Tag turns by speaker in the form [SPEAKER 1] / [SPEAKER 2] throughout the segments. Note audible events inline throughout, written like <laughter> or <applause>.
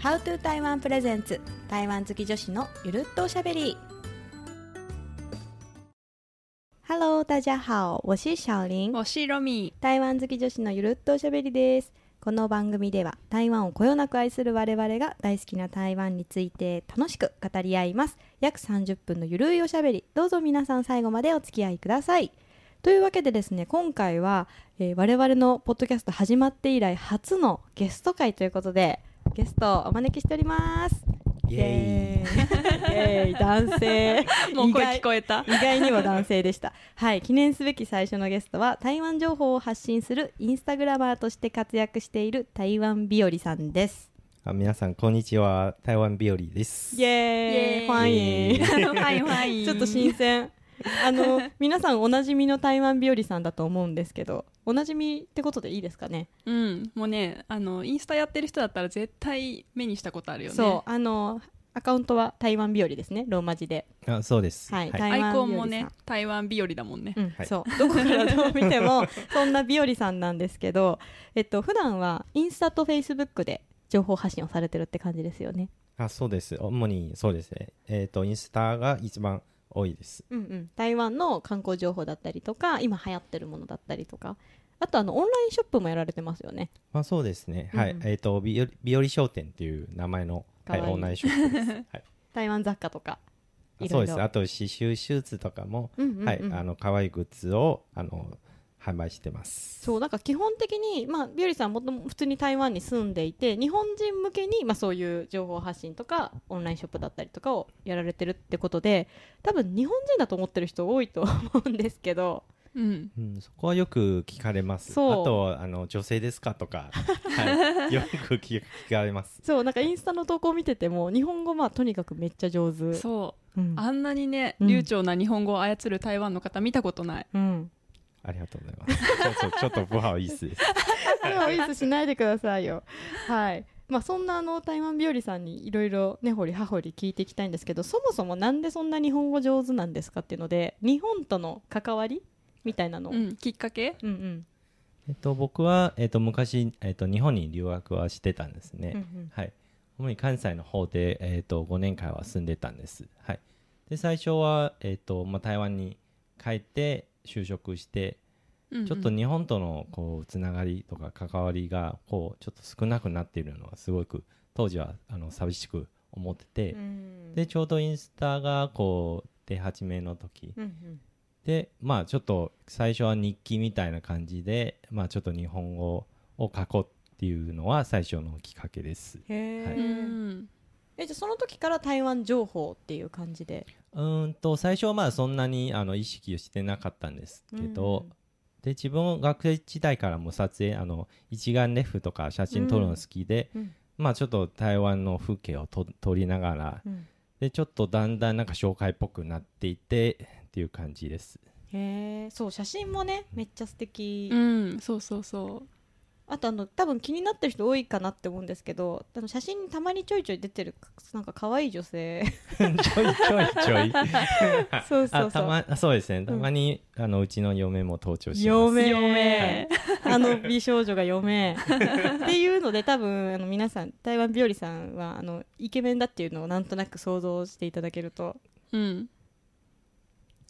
[SPEAKER 1] How to 台湾プレゼンツ台湾好き女子のゆるっとおしゃべり Hello 大家好我是小林
[SPEAKER 2] 我是ロミ
[SPEAKER 1] 台湾好き女子のゆるっとおしゃべりですこの番組では台湾をこよなく愛する我々が大好きな台湾について楽しく語り合います約30分のゆるいおしゃべりどうぞ皆さん最後までお付き合いくださいというわけでですね今回は、えー我々のポッドキャスト始まって以来初のゲスト会ということでゲストをお招きしております
[SPEAKER 3] イエ
[SPEAKER 1] イエーイイエーイ男性
[SPEAKER 2] <laughs> もう
[SPEAKER 1] 意
[SPEAKER 2] 声
[SPEAKER 1] 外
[SPEAKER 2] 聞こえた <laughs>
[SPEAKER 1] 意外にも男性でした。はい、記念すべき最初のゲストは台湾情報を発信するインスタグラマーとして活躍している台湾日和さんです。
[SPEAKER 3] ーイ皆さんこんにちは台湾日和です
[SPEAKER 1] イエーイ、
[SPEAKER 2] イエーイ
[SPEAKER 1] ファイン。
[SPEAKER 2] ファインファ <laughs> イ
[SPEAKER 1] <laughs>
[SPEAKER 2] ン
[SPEAKER 1] ちょっと新鮮。あの皆さんおなじみの台湾日和さんだと思うんですけど、おなじみってことでいいですかね。
[SPEAKER 2] うんもうねあのインスタやってる人だったら絶対目にしたことあるよね
[SPEAKER 1] そう、あのアカウントは台湾日和ですね、ローマ字で。
[SPEAKER 3] あそうです
[SPEAKER 1] はい、
[SPEAKER 3] い、
[SPEAKER 1] 台
[SPEAKER 2] ア
[SPEAKER 1] 湾
[SPEAKER 2] イ
[SPEAKER 1] 日
[SPEAKER 2] コ
[SPEAKER 1] 和
[SPEAKER 2] ン
[SPEAKER 1] さ
[SPEAKER 2] も
[SPEAKER 1] ん。
[SPEAKER 2] ね台湾日和だもんね
[SPEAKER 1] うん
[SPEAKER 3] はい
[SPEAKER 1] そう <laughs> どこからどう見てもそんな日和さんなんですけど、えっと普段はインスタとフェイスブックで情報発信をされてるって感じですよね。
[SPEAKER 3] あそうです主にそうですねえっ、とインスタが一番多いです
[SPEAKER 1] うんうん、台湾の観光情報だったりとか今流行ってるものだったりとかあとあのオンラインショップもやられてますよね。
[SPEAKER 3] まあそうですね、
[SPEAKER 1] うん
[SPEAKER 3] はいえっ、と日和日和商店っていう名前の
[SPEAKER 1] かわい <laughs> い
[SPEAKER 3] はい、オンラインショップです、はい、
[SPEAKER 1] 台湾雑貨とか
[SPEAKER 3] あ
[SPEAKER 1] い
[SPEAKER 3] そ
[SPEAKER 1] ろ
[SPEAKER 3] う
[SPEAKER 1] い
[SPEAKER 3] です
[SPEAKER 1] ろ
[SPEAKER 3] あ。と刺繍手術とかも、
[SPEAKER 1] うんうんうん
[SPEAKER 3] はいあの可愛いグッズをあの販売してます
[SPEAKER 1] そうなんか基本的に、まあ、ビオリさんもとも普通に台湾に住んでいて日本人向けに、まあ、そういう情報発信とかオンラインショップだったりとかをやられてるってことで多分日本人だと思ってる人多いと思うんですけど
[SPEAKER 2] うん
[SPEAKER 3] うん、そこはよく聞かれます。あ
[SPEAKER 1] そう
[SPEAKER 3] と、あの、女性ですか
[SPEAKER 1] <laughs>
[SPEAKER 3] とか、はい、よく聞聞かれます。
[SPEAKER 1] そうなんかインスタの投稿見てても日本語まあとにかくめっちゃ上手、
[SPEAKER 2] そううんあんなにね
[SPEAKER 1] うん
[SPEAKER 2] 流暢な日本語を操る台湾の方見たことない
[SPEAKER 1] うん、
[SPEAKER 3] ありがとうございます。ちょっと、ちょっと不好意思です。
[SPEAKER 1] ではウィスしないでください <laughs> よはいまあそんなあの台湾日和さんにいろいろ根掘り葉掘り聞いていきたいんですけどそもそもなんでそんな日本語上手なんですかっていうので日本との関わりみたいなのを、
[SPEAKER 2] うんきっかけ
[SPEAKER 1] うんうん
[SPEAKER 3] えっと、僕は、えっと、昔、えっと、日本に留学はしてたんですね。
[SPEAKER 1] うんうん
[SPEAKER 3] はい。主に関西の方で、えっと、5年間は住んでたんです。はい。で、最初は、えっと、まあ、台湾に帰って就職して、
[SPEAKER 2] うん
[SPEAKER 3] ちょっと日本との、こう、つながりとか関わりが、こう、ちょっと少なくなっているのは、すごく、当時は、あの、寂しく思ってて、
[SPEAKER 1] うん
[SPEAKER 3] で、ちょうどインスタが、こう、出始めの時、
[SPEAKER 1] うんうん
[SPEAKER 3] でまあちょっと最初は日記みたいな感じでまあちょっと日本語を書こうっていうのは最初のきっかけです
[SPEAKER 1] へえ、
[SPEAKER 3] は
[SPEAKER 2] う
[SPEAKER 3] い
[SPEAKER 2] ん
[SPEAKER 1] えじゃあその時から台湾情報っていう感じで
[SPEAKER 3] うーんと最初はまあそんなにあの意識をしてなかったんですけど、で自分学生時代からも撮影あの一眼レフとか写真撮るの好きで、
[SPEAKER 1] うん
[SPEAKER 3] まあちょっと台湾の風景をと撮りながら
[SPEAKER 1] うん
[SPEAKER 3] でちょっとだんだんなんか紹介っぽくなっていてっていう感じ <laughs> です
[SPEAKER 1] へえそう写真もねめっちゃ素敵、
[SPEAKER 2] うんそうそうそう
[SPEAKER 1] あとあの多分気になってる人多いかなって思うんですけどあの写真にたまにちょいちょい出てるなんか可愛い女性
[SPEAKER 3] ちょいちょいち <laughs> ょい
[SPEAKER 1] <laughs> そうそうそう
[SPEAKER 3] あたまあそうですねたまに、あのうちの嫁も登場します
[SPEAKER 1] 嫁
[SPEAKER 3] <laughs>
[SPEAKER 2] 嫁
[SPEAKER 1] <laughs> あの美少女が嫁っていうので多分あの皆さん台湾日和さんはあのイケメンだっていうのをなんとなく想像していただける
[SPEAKER 3] <laughs>
[SPEAKER 1] と
[SPEAKER 2] <laughs> うん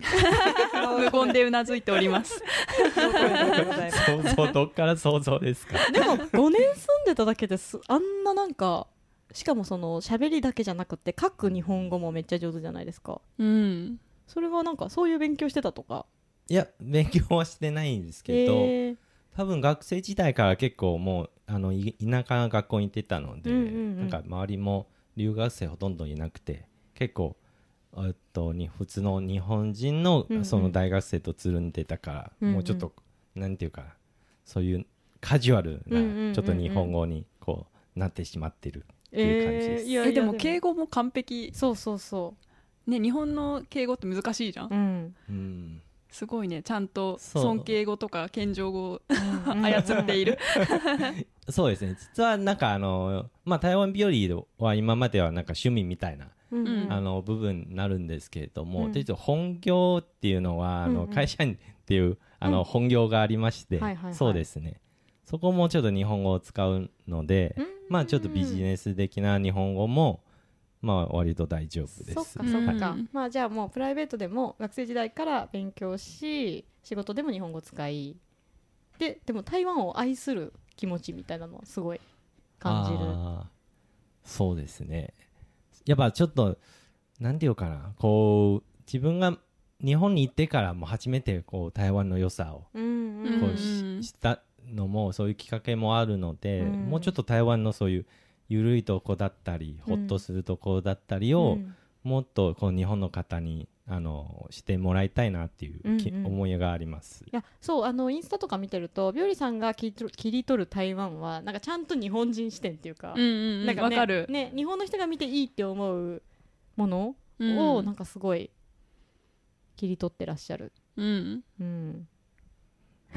[SPEAKER 2] 無言でうなずいております
[SPEAKER 3] 想像どっから想像です
[SPEAKER 1] <laughs>
[SPEAKER 3] か
[SPEAKER 1] でも5年住んでただけですあんななんかしかもその喋りだけじゃなくて書く日本語もめっちゃ上手じゃないですか
[SPEAKER 2] うん
[SPEAKER 1] それはなんかそういう勉強してたとか
[SPEAKER 3] いや勉強はしてないんですけど、
[SPEAKER 1] へー
[SPEAKER 3] 多分学生時代から結構もうあのい田舎の学校に行ってたので、
[SPEAKER 1] うんうんうん
[SPEAKER 3] なんか周りも留学生ほとんどいなくて結構えっとに普通の日本人の
[SPEAKER 1] うんうん
[SPEAKER 3] その大学生とつるんでたから、
[SPEAKER 1] うんうん
[SPEAKER 3] もうちょっとなんていうかそういうカジュアル
[SPEAKER 1] うんうんうんうん
[SPEAKER 3] なちょっと日本語にこうなってしまってるっていう感じです。
[SPEAKER 1] えーいや
[SPEAKER 2] えで
[SPEAKER 1] で
[SPEAKER 2] も
[SPEAKER 1] も
[SPEAKER 2] 敬語も完璧
[SPEAKER 1] そうそうそ
[SPEAKER 2] ね日本の敬語って難しいじゃん
[SPEAKER 1] う。うん。
[SPEAKER 3] うん
[SPEAKER 2] すごいねちゃんと
[SPEAKER 3] そう
[SPEAKER 2] 尊敬語とか謙譲語を
[SPEAKER 1] 操
[SPEAKER 2] <laughs> 操ってい。る
[SPEAKER 3] そうですね。実はなんかあの、まあ、台湾日和は今まではなんか趣味みたいな、
[SPEAKER 1] うんう。
[SPEAKER 2] うん
[SPEAKER 3] あの、部分になるんですけれど
[SPEAKER 1] う
[SPEAKER 3] も、
[SPEAKER 1] ん
[SPEAKER 3] で本業っていうのは、あ
[SPEAKER 1] うん
[SPEAKER 3] の、
[SPEAKER 1] うん
[SPEAKER 3] 会社員っていう、あ
[SPEAKER 1] うん
[SPEAKER 3] の、本業がありまして
[SPEAKER 1] はいはいはい、
[SPEAKER 3] そうですね。そこもちょっと日本語を使うので
[SPEAKER 1] うん、
[SPEAKER 3] まあちょっとビジネス的な日本語も、まあ割と大丈夫です。
[SPEAKER 1] そっかそっか、
[SPEAKER 2] うん
[SPEAKER 1] まあじゃあもうプライベートでも学生時代から勉強し仕事でも日本語使いででも台湾を愛する気持ちみたいなのはすごい感じる
[SPEAKER 3] あーそうですねやっぱちょっとなんていうかなこう自分が日本に行ってからも初めてこう台湾の良さを
[SPEAKER 1] うん
[SPEAKER 2] う
[SPEAKER 3] こ
[SPEAKER 2] ん
[SPEAKER 3] うし,、たのもそういうきっかけもあるので、
[SPEAKER 1] うん
[SPEAKER 3] もうちょっと台湾のそういう緩いとこだったり
[SPEAKER 1] う
[SPEAKER 3] ほ
[SPEAKER 1] ん
[SPEAKER 3] っとするとこだったりを、もっとこう日本の方にあのしてもらいたいなっていうき、
[SPEAKER 1] うんうん
[SPEAKER 3] 思いがあります。
[SPEAKER 1] いやそうあのインスタとか見てるとビオリさんが切り取る切り取る台湾はなんかちゃんと日本人視点 <laughs> っていうか、
[SPEAKER 2] うんうん
[SPEAKER 1] な
[SPEAKER 2] うんん
[SPEAKER 1] か
[SPEAKER 2] わ
[SPEAKER 1] ね
[SPEAKER 2] かる、
[SPEAKER 1] ね、日本の人が見ていいって思うもの
[SPEAKER 2] うん
[SPEAKER 1] をなんかすごい切り取ってらっしゃる。
[SPEAKER 2] うん
[SPEAKER 1] うん、 <laughs>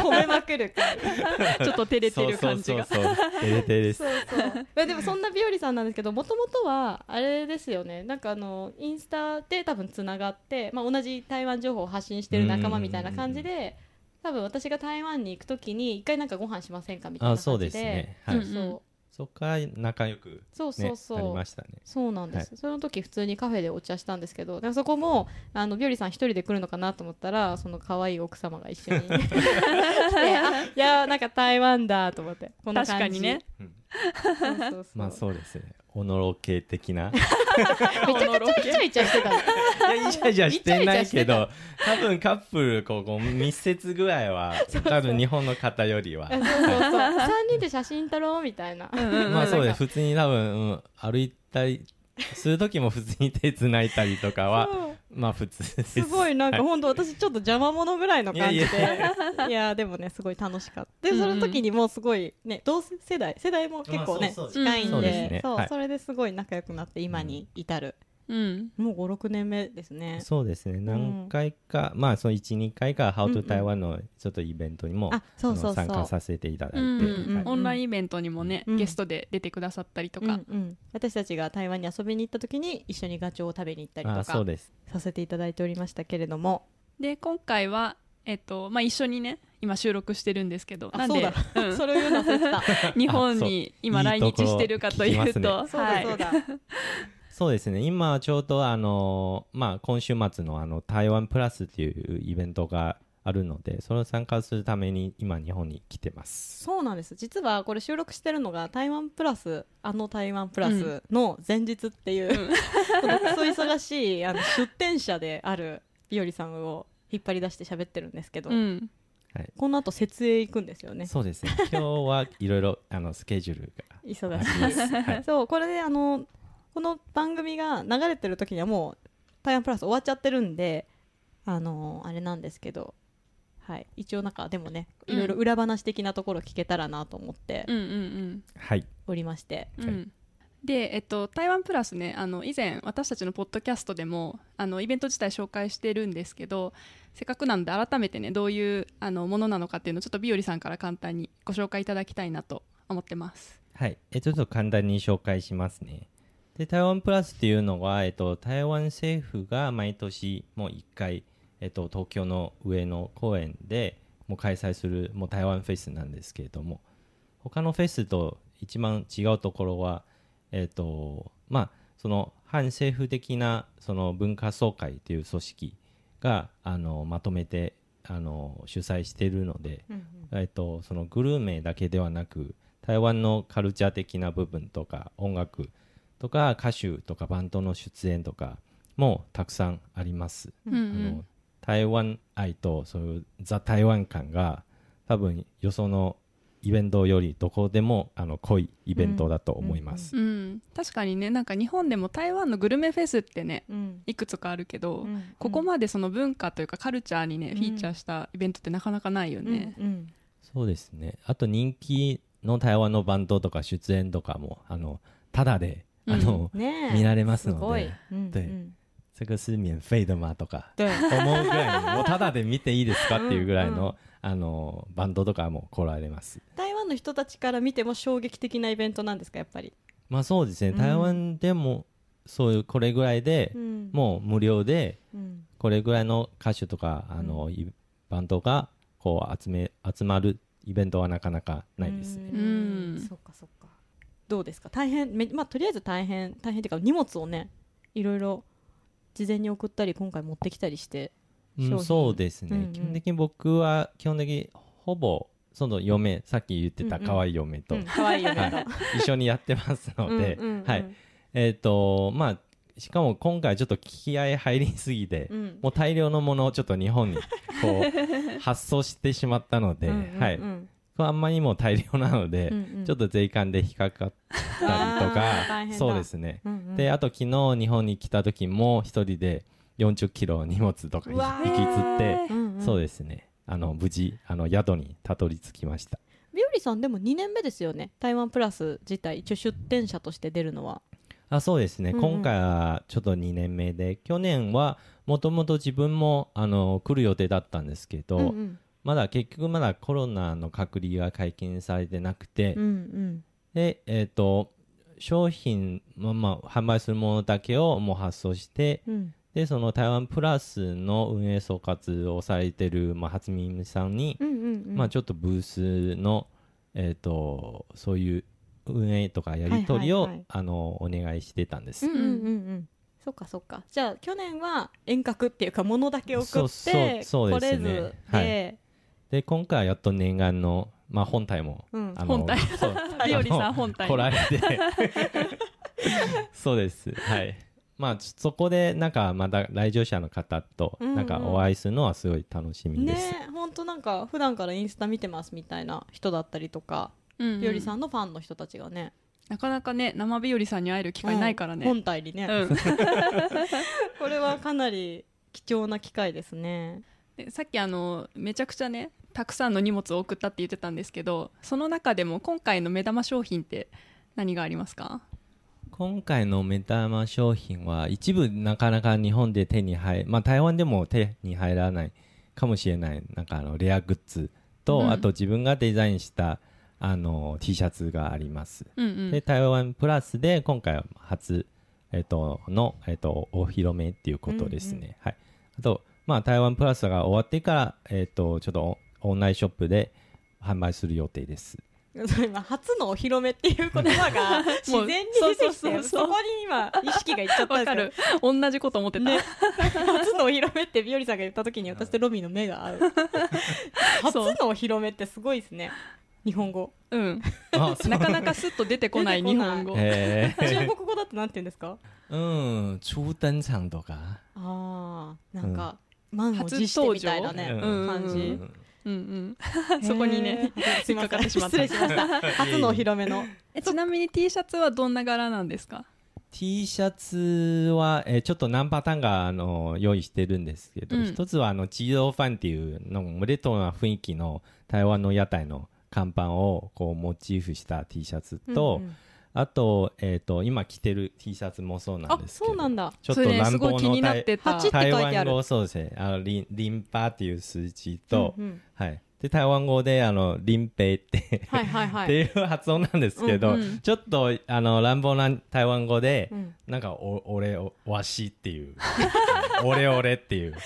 [SPEAKER 1] 褒めまくる感 <laughs>
[SPEAKER 2] ちょっと照れてる感じが
[SPEAKER 3] そうそうそうそう。照れてです
[SPEAKER 1] そう
[SPEAKER 3] <laughs>
[SPEAKER 1] そう。まあでもそんなビオリさんなんですけど、もともとはあれですよね。なんかあのインスタで多分つながって、まあ同じ台湾情報を発信してる仲間みたいな感じで、多分私が台湾に行くときに一回なんかご飯しませんかみたいな
[SPEAKER 3] あ
[SPEAKER 1] 感じで。
[SPEAKER 3] そうですね。はい。
[SPEAKER 2] うん
[SPEAKER 3] そこから仲良く
[SPEAKER 1] そう
[SPEAKER 3] ね
[SPEAKER 1] そうそうそ
[SPEAKER 3] なり
[SPEAKER 1] う。
[SPEAKER 3] ましたね。
[SPEAKER 1] そうなんです、その時普通にカフェでお茶したんですけどだからそこもあのビオリさん一人で来るのかなと思ったらその可愛い奥様が一緒
[SPEAKER 3] <laughs>
[SPEAKER 1] に来てあいやーなんか台湾だと思ってこんな
[SPEAKER 2] 確
[SPEAKER 1] 感じ
[SPEAKER 2] かにね
[SPEAKER 1] そうそうそう
[SPEAKER 3] <laughs> まあそうですね。おのろけ
[SPEAKER 1] <laughs>
[SPEAKER 3] 的な。
[SPEAKER 1] めちゃくちゃイチャイチャしてたの
[SPEAKER 3] いや、イチャイチャしてないけど、多分カップル、ここ密接ぐらい
[SPEAKER 1] <laughs>
[SPEAKER 3] は、多分日本の方よりは。
[SPEAKER 1] そうそうそう3人で写真撮ろうみたいな
[SPEAKER 3] まあそうです。
[SPEAKER 1] す
[SPEAKER 3] 普通に多分、うん歩いたり、する時も普通に手繋いだりとかは、まあ普通で
[SPEAKER 1] す
[SPEAKER 3] す。
[SPEAKER 1] ごいなんか本当私ちょっと邪魔者ぐらいの感じで
[SPEAKER 3] い
[SPEAKER 1] いやでもねすごい楽しかったでその時にもうすごいね同世代世代も結構ね
[SPEAKER 3] まあそうそう
[SPEAKER 1] 近いん
[SPEAKER 2] そう
[SPEAKER 1] で
[SPEAKER 2] です
[SPEAKER 3] ね
[SPEAKER 1] そう
[SPEAKER 3] はい
[SPEAKER 1] それですごい仲良くなって今に至る
[SPEAKER 2] うん
[SPEAKER 1] もう56年目ですね
[SPEAKER 3] そうですね。何回か、まあその1、2回か、How
[SPEAKER 1] うんう
[SPEAKER 3] to
[SPEAKER 1] ん
[SPEAKER 3] Taiwan のちょっとイベントにも、
[SPEAKER 1] あそうそうそ
[SPEAKER 3] あの参加
[SPEAKER 1] う
[SPEAKER 3] させていただいて、
[SPEAKER 2] うんうん
[SPEAKER 3] はい
[SPEAKER 2] オンラインイベントにもね、
[SPEAKER 1] うん
[SPEAKER 2] ゲストで出てくださったりと
[SPEAKER 1] うん
[SPEAKER 2] か、
[SPEAKER 1] うん私たちが台湾に遊びに行った時に一緒にガチョウを食べに行ったり
[SPEAKER 3] あ
[SPEAKER 1] と
[SPEAKER 3] あそ
[SPEAKER 1] か
[SPEAKER 3] うです。
[SPEAKER 1] させていただいておりましたけれども
[SPEAKER 2] で今回は、えっとまあ、一緒にね今収録してるんですけど
[SPEAKER 1] あ
[SPEAKER 2] なんで
[SPEAKER 1] そう
[SPEAKER 2] ん
[SPEAKER 1] それを言うの忘れ <laughs> てた
[SPEAKER 2] 日本に今
[SPEAKER 3] あそう
[SPEAKER 2] 来日してるかとい
[SPEAKER 3] いいうとことろ
[SPEAKER 1] そうだそう
[SPEAKER 2] はい
[SPEAKER 1] だ
[SPEAKER 3] そうですね今ちょうどあの、まあ、今週末のあの台湾プラスっていうイベントがあるのでそれを参加するために今日本に来てます
[SPEAKER 1] そうなんです実はこれ収録してるのが台湾プラスあの台湾プラスの前日っていう、このクソ忙しいあの出店者であるビオリさんを引っ張り出して喋ってるんですけど、
[SPEAKER 2] うん
[SPEAKER 1] この後設営行くんですよね
[SPEAKER 3] そうですね今日はいろいろあのスケジュールが
[SPEAKER 1] 忙し
[SPEAKER 3] あります、はい
[SPEAKER 1] い、そうこれであのこの番組が流れてる時にはもう台湾プラス終わっちゃってるんであのあれなんですけどはい一応なんかでもねいろいろ裏話的なところ聞けたらなと思って
[SPEAKER 2] うんうん
[SPEAKER 3] はい、
[SPEAKER 1] おりまして、
[SPEAKER 2] うんうんで、えっと、台湾プラスねあの以前私たちのポッドキャストでもあのイベント自体紹介してるんですけどせっかくなので改めてねどういうあのものなのかっていうのをちょっとビオリさんから簡単にご紹介いただきたいなと思ってます。
[SPEAKER 3] はい、えちょっと簡単に紹介しますねで台湾プラスっていうのは、えっと、台湾政府が毎年もう1回、えっと、東京の上野公園でもう開催するもう台湾フェスなんですけれども他のフェスと一番違うところは、えっとまあ、その反政府的なその文化総会という組織があのまとめてあの主催しているので、えっと、そのグルメだけではなく台湾のカルチャー的な部分とか音楽とか歌手とかバンドの出演とかもたくさんあります。
[SPEAKER 1] うん
[SPEAKER 2] うんう
[SPEAKER 3] あ
[SPEAKER 2] ん
[SPEAKER 3] の台湾愛とそういうザ・台湾感が多分よそのイベントよりどこでもあの濃いイベントだと思います。
[SPEAKER 2] うん、確かにねなんか日本でも台湾のグルメフェスってね
[SPEAKER 1] うん
[SPEAKER 2] いくつかあるけど、
[SPEAKER 1] うん
[SPEAKER 2] ここまでその文化というかカルチャーにね、
[SPEAKER 1] うん
[SPEAKER 2] フィーチャーしたイベントってなかなかないよね。
[SPEAKER 1] うんうん
[SPEAKER 3] そうですねあと人気の台湾のバンドとか出演とかもあのただであの、
[SPEAKER 1] ねえ
[SPEAKER 3] 見られます
[SPEAKER 1] す
[SPEAKER 3] の
[SPEAKER 1] ごい
[SPEAKER 3] で。
[SPEAKER 1] うん
[SPEAKER 3] 对
[SPEAKER 1] うん
[SPEAKER 3] 这个是免费的吗とか
[SPEAKER 1] 对
[SPEAKER 3] 思うぐらいのもうただで見ていいですかっていうぐらいの,、あのバンドとかも来られます。
[SPEAKER 1] 台湾の人たちから見ても衝撃的なイベントなんですかやっぱり、
[SPEAKER 3] まあそうですね、
[SPEAKER 1] うん
[SPEAKER 3] 台湾でもそういうこれぐらいで、もう無料で
[SPEAKER 1] うん
[SPEAKER 3] これぐらいの歌手とかあの、いバンドがこう集め集まるイベントはなかなかないですね。
[SPEAKER 1] うーん
[SPEAKER 2] うん
[SPEAKER 1] そっかそっかどうですか大変めまあとりあえず大変大変っていうか荷物をねいろいろ事前に送ったり今回持ってきたりして
[SPEAKER 3] うん
[SPEAKER 1] 商品
[SPEAKER 3] そうですね、
[SPEAKER 1] うんうん
[SPEAKER 3] 基本的に僕は基本的にほぼその嫁さっき言ってた可愛い嫁と、
[SPEAKER 1] うん可愛いよね
[SPEAKER 3] 一緒にやってます
[SPEAKER 1] と
[SPEAKER 3] ので、
[SPEAKER 1] うんうんうん
[SPEAKER 3] はいえっ、とまあしかも今回ちょっと気合い入りすぎて、
[SPEAKER 1] うん
[SPEAKER 3] もう大量のものをちょっと日本に
[SPEAKER 1] <laughs>
[SPEAKER 3] こう発送してしまったので、
[SPEAKER 1] うんうんうん
[SPEAKER 3] はい、こ
[SPEAKER 1] うん
[SPEAKER 3] れあんまりにも大量なので、
[SPEAKER 1] うん
[SPEAKER 3] ちょっと税関で引っかかったりと
[SPEAKER 1] あー大
[SPEAKER 3] か
[SPEAKER 1] 変だ
[SPEAKER 3] そうですね、
[SPEAKER 1] うんうん
[SPEAKER 3] であと昨日日本に来た時も一人で40キロ荷物とか
[SPEAKER 2] うわ
[SPEAKER 3] 引
[SPEAKER 2] ー
[SPEAKER 3] きつって。
[SPEAKER 1] うんうん
[SPEAKER 3] そうですね。あの無事あの宿にたどり着きました。
[SPEAKER 1] ビオリさんでも2年目ですよね台湾プラス自体一応出店者として出るのは
[SPEAKER 3] あ、そうですね。
[SPEAKER 1] うんうん
[SPEAKER 3] 今回はちょっと2年目で、去年はもともと自分もあの来る予定だったんですけど、
[SPEAKER 1] うんうん
[SPEAKER 3] まだ結局まだコロナの隔離が解禁されてなくて、
[SPEAKER 1] うんうん
[SPEAKER 3] でえっ、と商品まあまあ販売するものだけをもう発送して。
[SPEAKER 1] うん
[SPEAKER 3] でその台湾プラスの運営総括をされてる、まあ、初耳さんに
[SPEAKER 1] うんうんうん
[SPEAKER 3] まあ、ちょっとブースの、えー、とそういう運営とかやり取りを、
[SPEAKER 1] はいはいはい
[SPEAKER 3] あのお願いしてたんです、
[SPEAKER 1] うんうんうんうんそっかそっかじゃあ去年は遠隔っていうか物だけ送って
[SPEAKER 3] そうそうそうですね
[SPEAKER 1] 来れず
[SPEAKER 3] はい
[SPEAKER 1] で
[SPEAKER 3] で今回はやっと念願の、まあ、本体も、
[SPEAKER 1] うん
[SPEAKER 3] あの
[SPEAKER 2] 本体
[SPEAKER 3] そう
[SPEAKER 2] ビオリ
[SPEAKER 3] あ
[SPEAKER 2] さん
[SPEAKER 3] の
[SPEAKER 2] 本体
[SPEAKER 3] 来られ
[SPEAKER 1] <laughs>
[SPEAKER 3] てそうですはいまあちそこでなんかまた来場者の方と
[SPEAKER 1] うんうん
[SPEAKER 3] なんかお会いするのはすごい楽しみです、
[SPEAKER 1] ね本当なんか普段からインスタ見てますみたいな人だったりとか、
[SPEAKER 2] うん
[SPEAKER 1] ぴよりさんのファンの人たちがね
[SPEAKER 2] なかなかね生日和さんに会える機会ないからね、
[SPEAKER 1] うん
[SPEAKER 2] うん
[SPEAKER 1] 本体にね、これはかなり貴重な機会ですね。
[SPEAKER 2] でさっきあのめちゃくちゃねたくさんの荷物を送ったって言ってたんですけどその中でも今回の目玉商品って何がありますか
[SPEAKER 3] 今回の目玉商品は一部なかなか日本で手に入まあ台湾でも手に入らないかもしれないなんかあのレアグッズと、
[SPEAKER 2] うん
[SPEAKER 3] あと自分がデザインしたあの T シャツがあります、
[SPEAKER 2] うんうん
[SPEAKER 3] で台湾プラスで今回は初、えっとの、えっとお披露目っていうことですね、
[SPEAKER 1] うん
[SPEAKER 3] はい、あと、まあ、台湾プラスが終わってから、えっとちょっとオオンラインショップで販売する予定です
[SPEAKER 1] 今初のお披露目っていう言葉
[SPEAKER 2] <laughs>
[SPEAKER 1] が自然に出てき
[SPEAKER 2] そうそうそう
[SPEAKER 1] て
[SPEAKER 2] そ
[SPEAKER 1] そ
[SPEAKER 2] う
[SPEAKER 1] こに今意識がいっちゃった
[SPEAKER 2] わ
[SPEAKER 1] んです
[SPEAKER 2] か
[SPEAKER 1] けど
[SPEAKER 2] る同じこと思ってた、
[SPEAKER 1] ね、 <laughs> 初のお披露目ってビオリさんが言った時に私とロミーの目が合う初
[SPEAKER 2] <laughs> そう
[SPEAKER 1] のお披露目ってすごいですね日本語
[SPEAKER 2] うん
[SPEAKER 3] あそう
[SPEAKER 2] なかなかスッと出てこない
[SPEAKER 1] 出て
[SPEAKER 2] 日
[SPEAKER 1] こない
[SPEAKER 2] 本語、
[SPEAKER 3] え
[SPEAKER 1] 中
[SPEAKER 3] ー、
[SPEAKER 1] 国語だとなんて <laughs> 言うんですか
[SPEAKER 3] うん初登場とか
[SPEAKER 1] あーなんか、満を持
[SPEAKER 2] 初
[SPEAKER 1] して
[SPEAKER 2] 登
[SPEAKER 1] みたい
[SPEAKER 2] 場
[SPEAKER 1] なね、
[SPEAKER 3] うん
[SPEAKER 1] 感じ、
[SPEAKER 2] うんうんうん <laughs> そこにね
[SPEAKER 1] へーすいません
[SPEAKER 2] 引っかかってし
[SPEAKER 1] 失
[SPEAKER 2] まった
[SPEAKER 1] 礼しま
[SPEAKER 2] <laughs>
[SPEAKER 1] した初のお披露目の
[SPEAKER 2] えちなみに T シャツはどんな柄なんですか
[SPEAKER 3] T シャツは、えーちょっと何パターンかあの用意してるんですけど、
[SPEAKER 2] うん
[SPEAKER 3] 一つはあのチードファンっていうのレトロな雰囲気の台湾の屋台の看板をこうモチーフした T シャツと、
[SPEAKER 1] うんうん
[SPEAKER 3] あと,、えー、と今着てる T シャツもそうなん
[SPEAKER 1] あ
[SPEAKER 3] ですけど
[SPEAKER 1] そうなんだ
[SPEAKER 3] ちょっ
[SPEAKER 2] そ
[SPEAKER 3] と
[SPEAKER 2] れね
[SPEAKER 3] 乱
[SPEAKER 2] すご
[SPEAKER 3] 暴
[SPEAKER 2] い気に
[SPEAKER 3] の
[SPEAKER 2] なって
[SPEAKER 3] 台
[SPEAKER 2] た
[SPEAKER 1] 八って書い
[SPEAKER 3] 台
[SPEAKER 1] てある
[SPEAKER 3] 湾語そうですねあのリンリンパっていう数字と、
[SPEAKER 1] うんうん
[SPEAKER 3] はい、で台湾語であのリンペイって
[SPEAKER 1] はいはいは
[SPEAKER 3] っ
[SPEAKER 1] い
[SPEAKER 3] ていう発音なんですけど、
[SPEAKER 2] うんうん
[SPEAKER 3] ちょっとあの乱暴な台湾語で、
[SPEAKER 1] うん
[SPEAKER 3] なんかお俺おわしっていう <laughs> 俺俺っていう。はい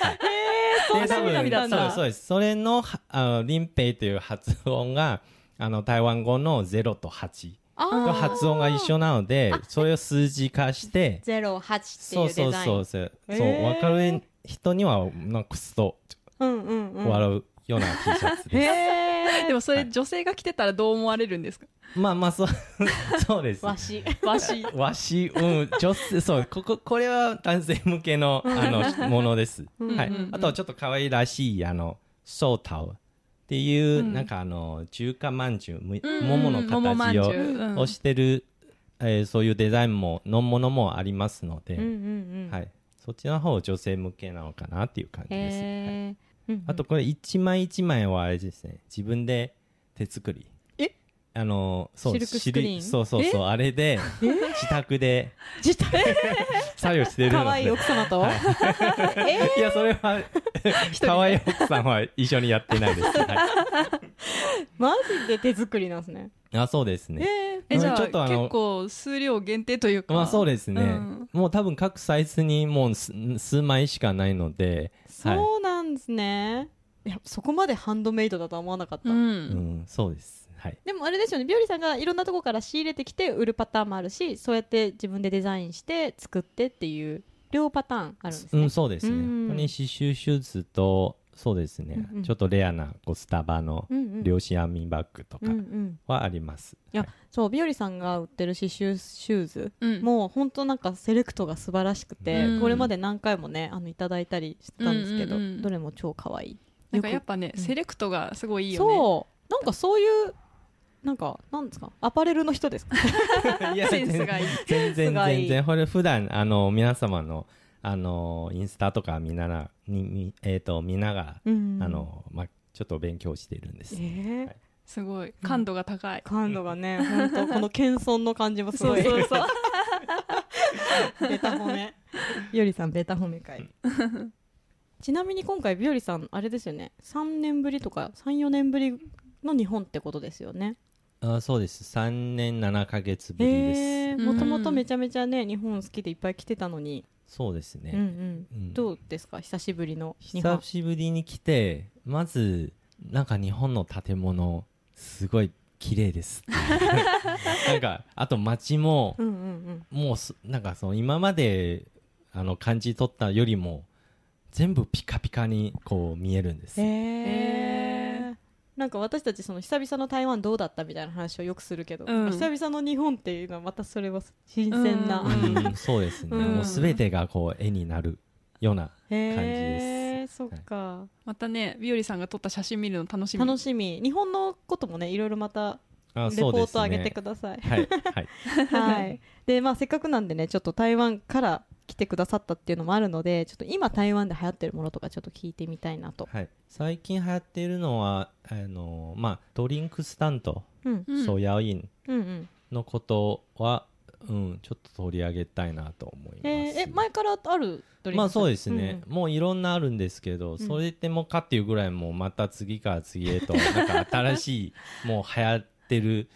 [SPEAKER 1] そんな意味だったん
[SPEAKER 3] そうで
[SPEAKER 1] だ
[SPEAKER 3] すそうですそれのはあのリンペイという発音があの台湾語の0と8
[SPEAKER 1] あ
[SPEAKER 3] と
[SPEAKER 1] ー
[SPEAKER 3] 発音が一緒なのでそれを数字化して
[SPEAKER 1] ゼロ八 <laughs> ってい
[SPEAKER 3] そうう
[SPEAKER 1] デザイ
[SPEAKER 3] そ
[SPEAKER 1] ン
[SPEAKER 3] うそうそ
[SPEAKER 1] へ
[SPEAKER 3] う,、そう
[SPEAKER 1] ー
[SPEAKER 3] 分かる人にはなんかくっそ
[SPEAKER 1] うんうんうん
[SPEAKER 3] 笑うような T シャツ
[SPEAKER 1] へ
[SPEAKER 3] です、
[SPEAKER 1] え
[SPEAKER 2] で
[SPEAKER 3] <laughs>
[SPEAKER 2] もそ
[SPEAKER 3] は
[SPEAKER 2] れ
[SPEAKER 3] い
[SPEAKER 2] 女性が着てたらどう思われるんですか
[SPEAKER 3] まあまあそう <laughs> そうです
[SPEAKER 1] わし
[SPEAKER 2] わし
[SPEAKER 3] わし、うん、女性、そう、ここ、これは男性向けの、あ
[SPEAKER 1] <laughs>
[SPEAKER 3] の、ものです。
[SPEAKER 1] うん
[SPEAKER 3] はい
[SPEAKER 2] うんうん。
[SPEAKER 3] あと、ちょっと可愛らしい、あの、ソータオっていう、
[SPEAKER 2] うん
[SPEAKER 3] なんか、あの、中華まんじゅう、む
[SPEAKER 2] うん
[SPEAKER 3] 桃の
[SPEAKER 2] 桃まんじ
[SPEAKER 3] 形
[SPEAKER 2] ゅう
[SPEAKER 3] を、
[SPEAKER 2] うん
[SPEAKER 3] をしてる、えーそういうデザインも、のものもありますの
[SPEAKER 1] うんう
[SPEAKER 3] で、
[SPEAKER 1] んうん
[SPEAKER 3] はいい。そっちの方、女性向けなのかなっていう感じです。はい
[SPEAKER 1] へえ
[SPEAKER 3] あと、これ、一枚一枚は、あれですね、自分で手作り。
[SPEAKER 2] え
[SPEAKER 3] あの、そう、
[SPEAKER 1] シルクスクリーン
[SPEAKER 3] シルそうそうそう、あれで、自宅で、
[SPEAKER 1] 自体
[SPEAKER 3] 作業してるの
[SPEAKER 1] 可愛い奥様とえ
[SPEAKER 3] いやそれは <laughs> 可愛い奥さんは一緒にやってないです、は
[SPEAKER 1] マジで手作りなんですね
[SPEAKER 3] い、あそうですね
[SPEAKER 1] え
[SPEAKER 2] えじゃあ
[SPEAKER 3] ちょっとあの
[SPEAKER 2] 結構数量限定というか
[SPEAKER 3] まあそうですね、
[SPEAKER 2] うん
[SPEAKER 3] もう多分各サイズにもう数数枚しかないので、はい
[SPEAKER 1] そうなんですねいやそこまでハンドメイドだとは思わなかった、
[SPEAKER 3] うんん、そうです。はい。
[SPEAKER 1] でもあれですよねビオリさんがいろんなとこから仕入れてきて売るパターンもあるしそうやって自分でデザインして作ってっていう両パターンあるんです
[SPEAKER 3] う
[SPEAKER 1] ね
[SPEAKER 3] ん、、そうですね。
[SPEAKER 1] うん
[SPEAKER 3] 本当に刺繍手術と、そうですね、
[SPEAKER 1] うんうん
[SPEAKER 3] ちょっとレアなこうスタバの
[SPEAKER 1] うんうん
[SPEAKER 3] 量子編みバッグとか
[SPEAKER 1] うんうん
[SPEAKER 3] はあ
[SPEAKER 1] <laughs>
[SPEAKER 3] ります。
[SPEAKER 1] いやそうビオリさんが売ってる刺繍シューズ
[SPEAKER 2] うん
[SPEAKER 1] もう本当なんかセレクトが素晴らしくて、
[SPEAKER 2] うん
[SPEAKER 1] これまで何回もねあのいただいたりしてたんですけど、
[SPEAKER 2] うんうんうん
[SPEAKER 1] どれも超可愛い
[SPEAKER 2] なんかやっぱね、
[SPEAKER 1] うん
[SPEAKER 2] セレクトがすごいいいよね。
[SPEAKER 1] そうなんかそういうなんかなんですかアパレルの人ですか
[SPEAKER 3] いや
[SPEAKER 2] センスが
[SPEAKER 1] <laughs>
[SPEAKER 2] いい。
[SPEAKER 3] 全
[SPEAKER 1] す
[SPEAKER 3] 然
[SPEAKER 1] ごい
[SPEAKER 3] 全然これ普段あの皆様のあのインスタとか見ながらにみえー、と見なが
[SPEAKER 1] うん
[SPEAKER 3] らあのまあちょっと勉強しているんです
[SPEAKER 1] え。ー
[SPEAKER 2] すごい感度が高い。
[SPEAKER 1] 感度がね本当この謙遜の感じもすごい
[SPEAKER 2] そうそうそう。
[SPEAKER 1] <laughs> ベタ褒めビオリさんベタ褒め会ちなみに今回ビオリさんあれですよね3年ぶりとか34年ぶりの日本ってことですよね
[SPEAKER 3] あそうです。三年七ヶ月ぶりです。
[SPEAKER 1] へえ
[SPEAKER 2] うん
[SPEAKER 1] もともとめちゃめちゃね日本好きでいっぱい来てたのに、
[SPEAKER 3] そうです
[SPEAKER 1] うんうん
[SPEAKER 3] ね。うん
[SPEAKER 1] どうですか久しぶりの日本
[SPEAKER 3] 久しぶりに来てまずなんか日本の建物すごい綺麗です。
[SPEAKER 1] <laughs>
[SPEAKER 3] なんかあと街も
[SPEAKER 1] うんうん
[SPEAKER 3] もうすなんかその今まであの感じ取ったよりも全部ピカピカにこう見えるんです、
[SPEAKER 1] うんへ
[SPEAKER 2] へ
[SPEAKER 1] えなんか私たちその久々の台湾どうだったみたいな話をよくするけど、
[SPEAKER 2] うん
[SPEAKER 1] 久々の日本っていうのはまたそれは新鮮な、
[SPEAKER 2] うん
[SPEAKER 3] うんそうですね、
[SPEAKER 2] うん
[SPEAKER 3] もう全てがこう絵になるような
[SPEAKER 1] へえそっか、
[SPEAKER 2] またね、ビオリさんが撮った写真見るの楽しみ。
[SPEAKER 1] 楽しみ日本のこともねいろいろまた
[SPEAKER 3] あ
[SPEAKER 1] レポートあげてください、
[SPEAKER 3] <laughs> ださい、はいはい、
[SPEAKER 1] はいでまあせっかくなんでねちょっと台湾から来てくださったっていうのもあるのでちょっと今台湾で流行ってるものとかちょっと聞いてみたいなと、
[SPEAKER 3] はい、最近流行っているのはあの、まあ、ドリンクスタンド、
[SPEAKER 1] うん、
[SPEAKER 2] うん
[SPEAKER 3] ソヤイン
[SPEAKER 1] うんうん
[SPEAKER 3] のことは、うん、ちょっと取り上げたいなと思います、
[SPEAKER 1] えーえ前からあるドリンク
[SPEAKER 3] まあそうですね、もういろんなあるんですけど、それでもかっていうぐらいもうまた次から次へとなんか新しいもう流行ってる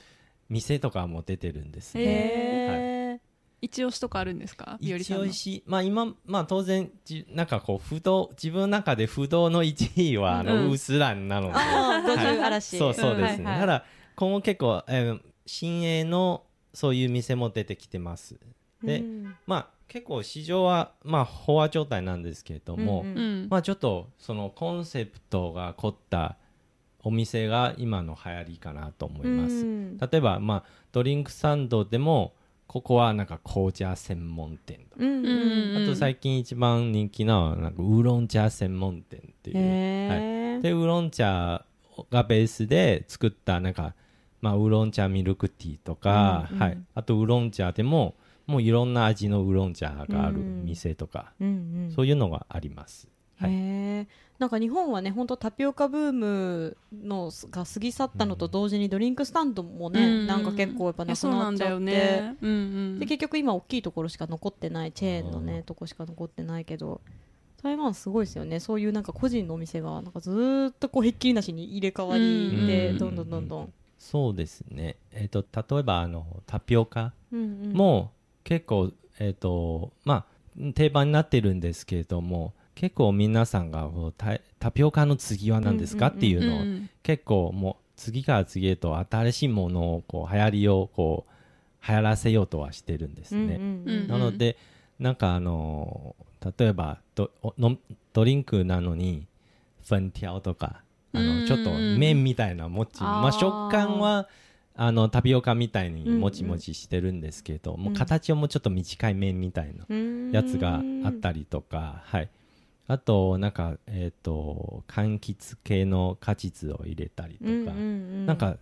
[SPEAKER 3] 店とかも出てるんです
[SPEAKER 1] へ
[SPEAKER 3] ね。
[SPEAKER 1] え
[SPEAKER 2] 一押しとかあるんですかビオリ
[SPEAKER 3] 一
[SPEAKER 2] さんの。
[SPEAKER 3] 押しまあ今まあ当然じなんかこう不動自分の中で不動の1位はあ
[SPEAKER 2] う
[SPEAKER 3] の
[SPEAKER 2] ん
[SPEAKER 3] ウースランなので、
[SPEAKER 1] ああ五十嵐
[SPEAKER 3] そうそうです
[SPEAKER 1] ん
[SPEAKER 3] ね、
[SPEAKER 1] はいはい
[SPEAKER 3] ただ今後結構、えー新鋭のそういう店も出てきてますで
[SPEAKER 1] うん
[SPEAKER 3] まあ結構市場はまあ飽和状態なんですけれども、
[SPEAKER 1] うんうん
[SPEAKER 2] うん。
[SPEAKER 3] まあちょっとそのコンセプトが凝ったお店が今の流行りかなと思います、
[SPEAKER 1] うん
[SPEAKER 3] 例えばまあドリンクサンドでもここはなんか紅茶専門店とか、
[SPEAKER 1] うんうん
[SPEAKER 2] うん
[SPEAKER 3] あと最近一番人気なのはなんかウーロン茶専門店っていう、
[SPEAKER 1] へえ
[SPEAKER 3] でウーロン茶がベースで作ったなんか、まあ、ウーロン茶ミルクティーとか、
[SPEAKER 1] うんうん
[SPEAKER 3] はい、あとウーロン茶でももういろんな味のウーロン茶がある店とか、
[SPEAKER 1] うんうん
[SPEAKER 3] そういうのがありますはい
[SPEAKER 1] へえなんか日本はね本当タピオカブームのが過ぎ去ったのと同時にドリンクスタンドもね、
[SPEAKER 2] うん
[SPEAKER 1] なんか結構やっぱ
[SPEAKER 2] いや
[SPEAKER 1] なく
[SPEAKER 2] そうな
[SPEAKER 1] なっ
[SPEAKER 2] ん
[SPEAKER 1] ち
[SPEAKER 2] だ
[SPEAKER 1] ゃっ
[SPEAKER 2] よ
[SPEAKER 1] て、
[SPEAKER 2] ね。うんうん。
[SPEAKER 1] で結局今大きいところしか残ってないチェーンのね、
[SPEAKER 3] うん
[SPEAKER 1] とこしか残ってないけど台湾すごいですよねそういうなんか個人のお店がなんかずーっとこうひっきりなしに入れ替わりで、
[SPEAKER 3] うん
[SPEAKER 1] どんどんどんどん、
[SPEAKER 3] そうですね、えっと例えばあのタピオカ
[SPEAKER 1] うんうん
[SPEAKER 3] も結構、えっとまあ、定番になってるんですけれども結構皆さんがこうタタピオカの次は何ですか
[SPEAKER 1] うんうんうん
[SPEAKER 3] っていうのを、
[SPEAKER 2] うん
[SPEAKER 3] 結構もう次から次へと新しいものをこう流行りをこう流行らせようとはしてるんです
[SPEAKER 1] うん
[SPEAKER 3] ね。
[SPEAKER 1] うんうん
[SPEAKER 2] う
[SPEAKER 3] なのでなんかあの例えばドおのドリンクなのに粉条とかあ
[SPEAKER 2] うんうんう
[SPEAKER 3] の
[SPEAKER 2] ん
[SPEAKER 3] ちょっと麺みたいなもち
[SPEAKER 1] あー
[SPEAKER 3] まあ、食感はあのタピオカみたいに
[SPEAKER 1] うんうん
[SPEAKER 3] もちもちしてるんですけど、もうんう形をもうちょっと短い麺みたいなやつがあったりとか、はい、あとなんかえっ、と柑橘系の果実を入れたりと
[SPEAKER 1] う
[SPEAKER 3] か、
[SPEAKER 1] んうんうん
[SPEAKER 3] なんか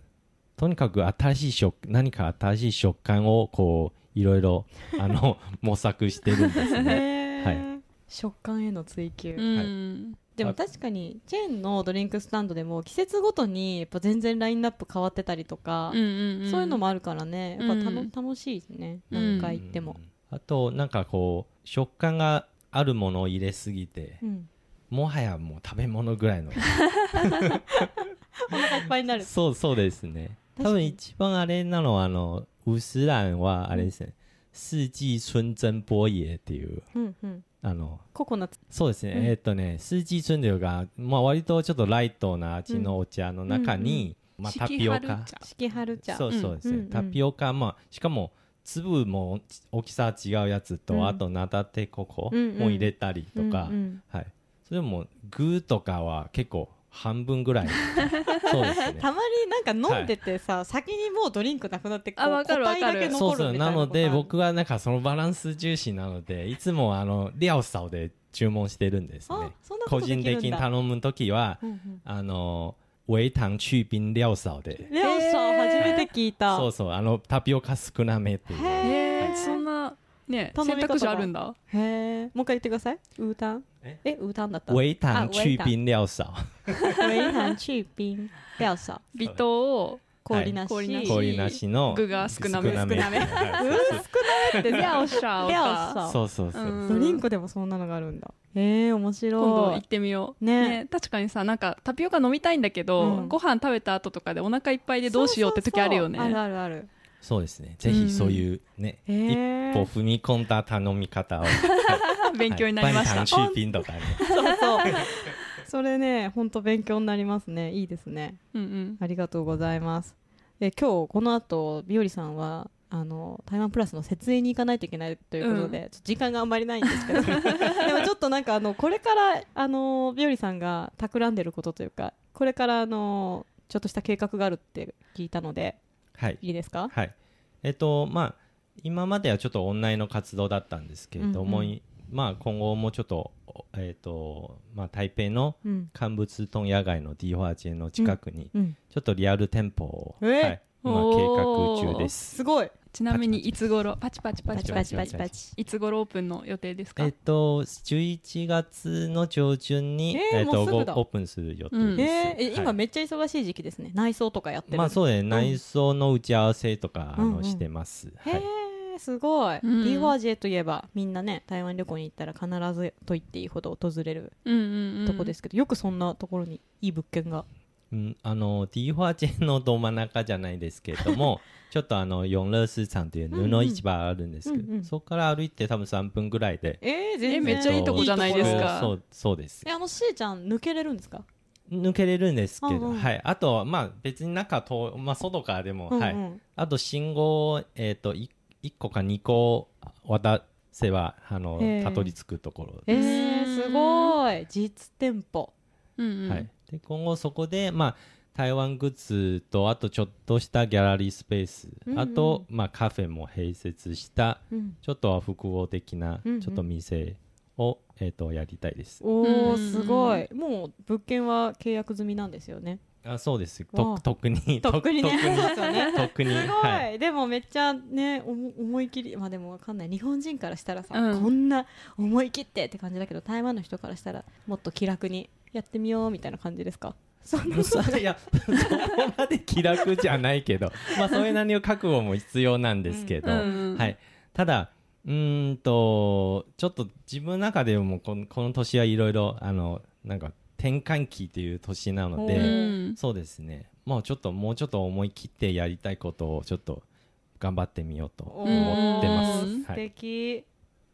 [SPEAKER 3] とにかく新しい食何か新しい食感をこういろいろあの
[SPEAKER 1] <laughs>
[SPEAKER 3] 模索してるんですね。
[SPEAKER 1] へー
[SPEAKER 3] は
[SPEAKER 1] 食感への追求、
[SPEAKER 2] うん。
[SPEAKER 1] でも確かにチェーンのドリンクスタンドでも季節ごとにやっぱ全然ラインナップ変わってたりとか、
[SPEAKER 2] うん
[SPEAKER 1] そういうの
[SPEAKER 2] も。
[SPEAKER 1] もあるからねやっぱたの、
[SPEAKER 2] うん
[SPEAKER 1] 楽しいですね
[SPEAKER 2] うん
[SPEAKER 1] 何回行っても、
[SPEAKER 3] あとなんかこう食感があるものを入れすぎて、
[SPEAKER 1] うん
[SPEAKER 3] もはやもう食べ物ぐら
[SPEAKER 1] <laughs>
[SPEAKER 3] いの
[SPEAKER 1] お腹いっぱいになる
[SPEAKER 3] そうそうですね
[SPEAKER 1] 確か
[SPEAKER 3] 多
[SPEAKER 1] に
[SPEAKER 3] 分一番あれなのはあのウスランはあれですね、四季春珍波野っていう
[SPEAKER 1] うんうん
[SPEAKER 3] あの
[SPEAKER 1] ココナッツ
[SPEAKER 3] そうですね、
[SPEAKER 1] うん
[SPEAKER 3] えーっとねスーチーチュンデルが、まあ、割とちょっとライトな味のお茶の中に、まあ、タピオ
[SPEAKER 2] 四季春
[SPEAKER 3] カ
[SPEAKER 2] 茶
[SPEAKER 1] 式春茶
[SPEAKER 3] そうそうです
[SPEAKER 1] う
[SPEAKER 3] ね、
[SPEAKER 1] んうん
[SPEAKER 3] タピオカ、まあ、しかも粒も大きさ違うやつと、
[SPEAKER 1] うん
[SPEAKER 3] あとナタテココ
[SPEAKER 1] うんうん
[SPEAKER 3] も入れたりとか、
[SPEAKER 1] うんうん
[SPEAKER 3] はい、それもグーとかは結構半分ぐらい
[SPEAKER 1] <laughs>
[SPEAKER 3] そうですね
[SPEAKER 1] たまになんか飲んでてさ、先にもうドリンクなくなってこう
[SPEAKER 2] あわかるわかる
[SPEAKER 1] 個体だけ
[SPEAKER 3] そ
[SPEAKER 1] 残
[SPEAKER 3] うそ
[SPEAKER 1] る
[SPEAKER 3] う
[SPEAKER 1] みたい
[SPEAKER 3] な
[SPEAKER 1] なことあ
[SPEAKER 3] の
[SPEAKER 1] る
[SPEAKER 3] で僕はなんかそのバランス重視なのでいつもあのリアオスサオで注文してるんです
[SPEAKER 1] あ
[SPEAKER 3] ね
[SPEAKER 1] そんなこ
[SPEAKER 3] 個
[SPEAKER 1] とでき
[SPEAKER 3] 人
[SPEAKER 1] るんだ
[SPEAKER 3] 的に頼む時は
[SPEAKER 1] うんうん
[SPEAKER 3] あの微糖去冰リアオスサオで
[SPEAKER 1] レオさん初めて聞いた、
[SPEAKER 3] そうそうあのタピオカ少なめっていう
[SPEAKER 1] へ
[SPEAKER 2] えー、そんなね
[SPEAKER 1] 頼み方
[SPEAKER 2] 選
[SPEAKER 1] が
[SPEAKER 2] 択肢あるんだ
[SPEAKER 1] へえもう一回言ってくださいウータン
[SPEAKER 3] え
[SPEAKER 1] えウータンだった
[SPEAKER 3] 微糖
[SPEAKER 1] あ微
[SPEAKER 3] 去
[SPEAKER 1] 糖
[SPEAKER 3] 冰リアオスサオ
[SPEAKER 1] 微糖去 <laughs> 冰料さ
[SPEAKER 2] 微糖を
[SPEAKER 1] 氷なし、
[SPEAKER 2] はい氷なし
[SPEAKER 3] 氷なしの
[SPEAKER 2] 具が少なめ
[SPEAKER 1] 少なめ
[SPEAKER 3] <laughs> はい
[SPEAKER 1] うん <laughs> 少ないって
[SPEAKER 2] リャ
[SPEAKER 1] さ
[SPEAKER 2] オシャオ
[SPEAKER 1] 料
[SPEAKER 2] か
[SPEAKER 1] さ
[SPEAKER 3] そうそうそう、
[SPEAKER 2] う
[SPEAKER 1] ド
[SPEAKER 2] ん
[SPEAKER 1] リンクでもそんなのがあるんだへえ面白い
[SPEAKER 2] 今度行ってみよう
[SPEAKER 1] ね
[SPEAKER 2] ね確かにさなんかタピオカ飲みたいんだけど、
[SPEAKER 1] うん
[SPEAKER 2] ご飯食べた後とかでお腹いっぱいでどうしようって時あるよね
[SPEAKER 1] そうそうそうあるあるある
[SPEAKER 3] そうですねぜひそういうね、
[SPEAKER 1] うん
[SPEAKER 3] 一
[SPEAKER 1] へー
[SPEAKER 3] 歩踏み込んだ頼み方を
[SPEAKER 2] 勉強になりました、
[SPEAKER 3] はい、バンタンシューピンとかね
[SPEAKER 1] <laughs> そう
[SPEAKER 2] <laughs>
[SPEAKER 1] そうそれね本当勉強になりますねいいですね
[SPEAKER 2] うんうん
[SPEAKER 1] ありがとうございます。え今日この後ビオリさんはあの台湾プラスの設営に行かないといけないということで、ちょっと時間があんまりないんですけ <laughs> どでもちょっとなんかあのこれからあのビオリさんが企んでることというかこれからあのちょっとした計画があるって聞いたので
[SPEAKER 3] はい
[SPEAKER 1] いいですか、
[SPEAKER 3] はい。えっと、まあ、今まではちょっとオンラインの活動だったんですけれども、
[SPEAKER 1] うんうん
[SPEAKER 3] いまあ、今後もちょっと、おえっと、まあ、台北の
[SPEAKER 1] うん
[SPEAKER 3] 乾物豚野外のディファージェの近くに、
[SPEAKER 1] うん、
[SPEAKER 3] ちょっとリアル店舗を、
[SPEAKER 1] え
[SPEAKER 3] はい、今
[SPEAKER 2] おー
[SPEAKER 3] 計画中です。
[SPEAKER 1] すごい
[SPEAKER 2] ちなみにいつ頃パチパチパチパチ
[SPEAKER 3] パチパ
[SPEAKER 1] チ
[SPEAKER 2] いつ頃オープンの予定ですか、
[SPEAKER 3] えっと、11月の上旬に、
[SPEAKER 1] えー
[SPEAKER 3] えっと、
[SPEAKER 1] もうす
[SPEAKER 3] ごオ
[SPEAKER 1] ぐだ
[SPEAKER 3] ープンする予定
[SPEAKER 2] うん
[SPEAKER 1] え
[SPEAKER 3] で
[SPEAKER 1] ー
[SPEAKER 3] す。
[SPEAKER 1] え今
[SPEAKER 3] はい
[SPEAKER 1] めっちゃ忙しい時期ですね内装とかやってる、
[SPEAKER 3] まあそうですね、内装の打ち合わせとか、あ
[SPEAKER 1] うんう
[SPEAKER 3] の
[SPEAKER 1] ん
[SPEAKER 3] してます。
[SPEAKER 1] へ
[SPEAKER 3] はい
[SPEAKER 1] えすごい、
[SPEAKER 2] うん
[SPEAKER 1] d ワージェといえばみんなね台湾旅行に行ったら必ずと言っていいほど訪れる
[SPEAKER 2] うんうんうん
[SPEAKER 1] とこですけど、よくそんなところにいい物件が
[SPEAKER 3] うん、あの、ディーファーチェンのど真ん中じゃないですけれど
[SPEAKER 1] <laughs>
[SPEAKER 3] も、ちょっとあの、永乐市場という布市場あるんですけど、
[SPEAKER 1] うんうん
[SPEAKER 3] そこから歩いて多分3分ぐらいで。
[SPEAKER 1] えー、全
[SPEAKER 2] え
[SPEAKER 1] 然
[SPEAKER 2] めっちゃいいとこじゃないですか
[SPEAKER 3] そうそう、そうです
[SPEAKER 1] え。あのしーちゃん抜けれるんですか
[SPEAKER 3] 抜けれるんですけど、
[SPEAKER 1] うんうん
[SPEAKER 3] はい。あとは、まあ別に中と、まあ外からでも、
[SPEAKER 1] う
[SPEAKER 3] はい。
[SPEAKER 1] んうん
[SPEAKER 3] あと信号、えっ、と、1個か2個渡せば、あの
[SPEAKER 1] へ、ー
[SPEAKER 3] たどり着くところ
[SPEAKER 1] えー、すごい実店舗
[SPEAKER 2] うんうん
[SPEAKER 3] はい、で今後そこで、まあ、台湾グッズとあとちょっとしたギャラリースペース、
[SPEAKER 1] うんうん
[SPEAKER 3] あと、まあ、カフェも併設した
[SPEAKER 1] うん
[SPEAKER 3] ちょっとは複合的な
[SPEAKER 1] うんうん
[SPEAKER 3] ちょっと店を、えー、とやりたいです
[SPEAKER 1] お
[SPEAKER 2] う
[SPEAKER 1] お
[SPEAKER 2] ん
[SPEAKER 1] すごいもう物件は契約済みなんですよね
[SPEAKER 3] あそうです
[SPEAKER 1] わ
[SPEAKER 3] と
[SPEAKER 1] あ <laughs>
[SPEAKER 3] 特に
[SPEAKER 1] とっくにねそうですよね
[SPEAKER 3] と特に
[SPEAKER 1] すごい、
[SPEAKER 3] はい
[SPEAKER 1] でもめっちゃねおも思い切りまあでもわかんない日本人からしたらさ、
[SPEAKER 2] うん
[SPEAKER 1] こんな思い切ってって感じだけど台湾の人からしたらもっと気楽にやってみようみたいな感じですかそんなことない
[SPEAKER 3] いやそこまで気楽じゃないけど、まあ、それなりの覚悟も必要なんですけど、
[SPEAKER 2] うんうん
[SPEAKER 3] はい、ただうーんとちょっと自分の中でもこのこの年はいろいろあのなんか転換期という年なの
[SPEAKER 1] お
[SPEAKER 2] う
[SPEAKER 1] ー
[SPEAKER 3] で
[SPEAKER 2] ん
[SPEAKER 3] そうですねもうちょっともうちょっと思い切ってやりたいことをちょっと頑張ってみようと思ってます
[SPEAKER 2] おー。
[SPEAKER 1] 素
[SPEAKER 3] はい、
[SPEAKER 1] 敵、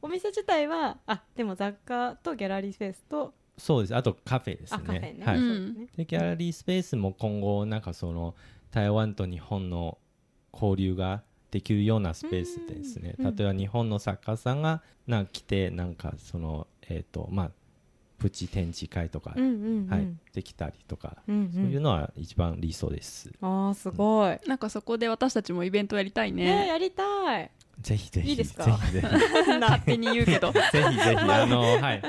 [SPEAKER 1] お店自体はあでも雑貨とギャラリースペースと
[SPEAKER 3] そうですあとカフェです
[SPEAKER 1] あカフェ
[SPEAKER 3] ね
[SPEAKER 1] ね,、
[SPEAKER 3] はい
[SPEAKER 1] そうですね
[SPEAKER 3] でギャラリースペースも今後なんかその台湾と日本の交流ができるようなスペースですね、
[SPEAKER 1] うんうん
[SPEAKER 3] 例えば日本の作家さんがなんか来てなんかそのえっ、とまあプチ展示会とか、
[SPEAKER 1] うんうんうん、
[SPEAKER 3] はい、できたりとか、
[SPEAKER 1] うんうん
[SPEAKER 3] そういうのは一番理想です
[SPEAKER 1] ああすごい、
[SPEAKER 2] なんかそこで私たちもイベントやりたい
[SPEAKER 1] ね
[SPEAKER 2] ね
[SPEAKER 1] やりた
[SPEAKER 3] <laughs>
[SPEAKER 1] い
[SPEAKER 3] ぜひぜひ
[SPEAKER 1] いいですか
[SPEAKER 3] ぜひぜひ
[SPEAKER 1] な <laughs>
[SPEAKER 2] 勝手に言うけど
[SPEAKER 3] ぜひぜひ、あの、はい。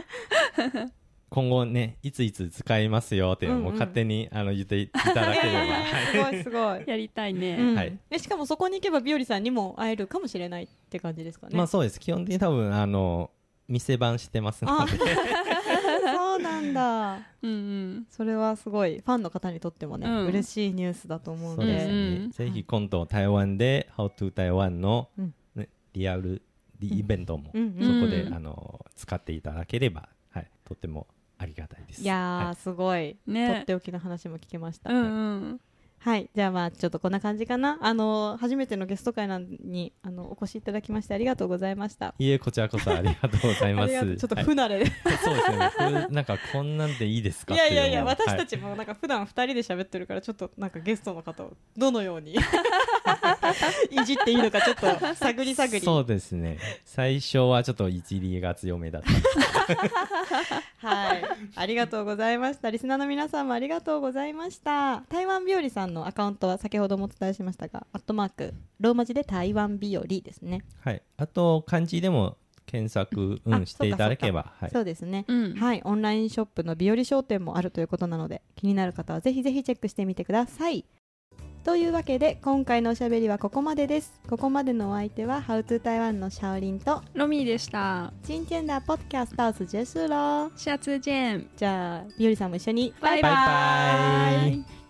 [SPEAKER 3] 今後ね、いついつ使いますよって、
[SPEAKER 1] うんうん
[SPEAKER 3] もう勝手にあの言っていただ
[SPEAKER 1] い
[SPEAKER 3] け
[SPEAKER 1] や
[SPEAKER 3] れ
[SPEAKER 1] い
[SPEAKER 3] ば
[SPEAKER 1] やいや、 <laughs> すごいすごい
[SPEAKER 2] やりたいね、
[SPEAKER 1] うん
[SPEAKER 3] はい
[SPEAKER 1] えしかもそこに行けばビオリさんにも会えるかもしれないって感じですかね。
[SPEAKER 3] まあそうです。基本的に多分、あの、店番してますので、
[SPEAKER 1] <laughs> そうなんだ。
[SPEAKER 2] うんうん
[SPEAKER 1] それはすごいファンの方にとってもね、
[SPEAKER 2] うん
[SPEAKER 1] 嬉しいニュースだと思う
[SPEAKER 3] そ
[SPEAKER 1] の
[SPEAKER 3] うです
[SPEAKER 1] で。
[SPEAKER 2] うんう
[SPEAKER 3] ね
[SPEAKER 2] ん。
[SPEAKER 3] ぜひ今度、台湾で、How to Taiwan の
[SPEAKER 1] うん
[SPEAKER 3] ねリアルイベントも、
[SPEAKER 1] う
[SPEAKER 3] そ
[SPEAKER 1] んうん
[SPEAKER 2] ん
[SPEAKER 3] こで
[SPEAKER 2] うん
[SPEAKER 3] あの使っていただければ、はい、とてもありがたいです。
[SPEAKER 1] いやー、
[SPEAKER 3] は
[SPEAKER 1] すごい、
[SPEAKER 2] ね
[SPEAKER 1] とっておきの話も聞けました。
[SPEAKER 2] うんうん
[SPEAKER 1] はいじゃあまあちょっとこんな感じかなあの初めてのゲスト会なんにあのお越しいただきましてありがとうございました
[SPEAKER 3] いえこちらこそありがとうござい
[SPEAKER 1] あ
[SPEAKER 3] ま
[SPEAKER 1] り
[SPEAKER 3] す
[SPEAKER 1] がとうちょっと
[SPEAKER 3] はい
[SPEAKER 1] 不慣れで、
[SPEAKER 3] そうですね僕なんかこんなんでいいですか
[SPEAKER 1] い、
[SPEAKER 3] っ
[SPEAKER 1] や
[SPEAKER 3] てう
[SPEAKER 1] いやいや
[SPEAKER 3] のも
[SPEAKER 1] 私た
[SPEAKER 3] はい
[SPEAKER 1] ちもなんか普段二人で喋ってるからちょっとなんかゲストの方をどのように <laughs> いじっていいのかちょっと探り探り
[SPEAKER 3] そうですね最初はちょっといじりが強めだったんです
[SPEAKER 1] はい、ありがとうございました。リスナーの皆さんもありがとうございました。台湾日和さんのアカウントは先ほどもお伝えしましたが、アットマークローマ字で台湾日和ですね。
[SPEAKER 3] はいあと漢字でも検索、う
[SPEAKER 1] あ
[SPEAKER 3] ん、していただければはい
[SPEAKER 1] そうですね。
[SPEAKER 2] うん
[SPEAKER 1] はい、オンラインショップの日和商店もあるということなので、気になる方はぜひぜひチェックしてみてください。というわけで今回のおしゃべりはここまでです。ここまでのお相手はハウツー台湾のシャオリンと、
[SPEAKER 2] ロミーでした。
[SPEAKER 1] チンチェンダーポッドキャスターズジェスロー。
[SPEAKER 2] シャツジェン。
[SPEAKER 1] じゃあ、日和さんも一緒に
[SPEAKER 2] バイバ
[SPEAKER 3] バイバイ
[SPEAKER 2] イ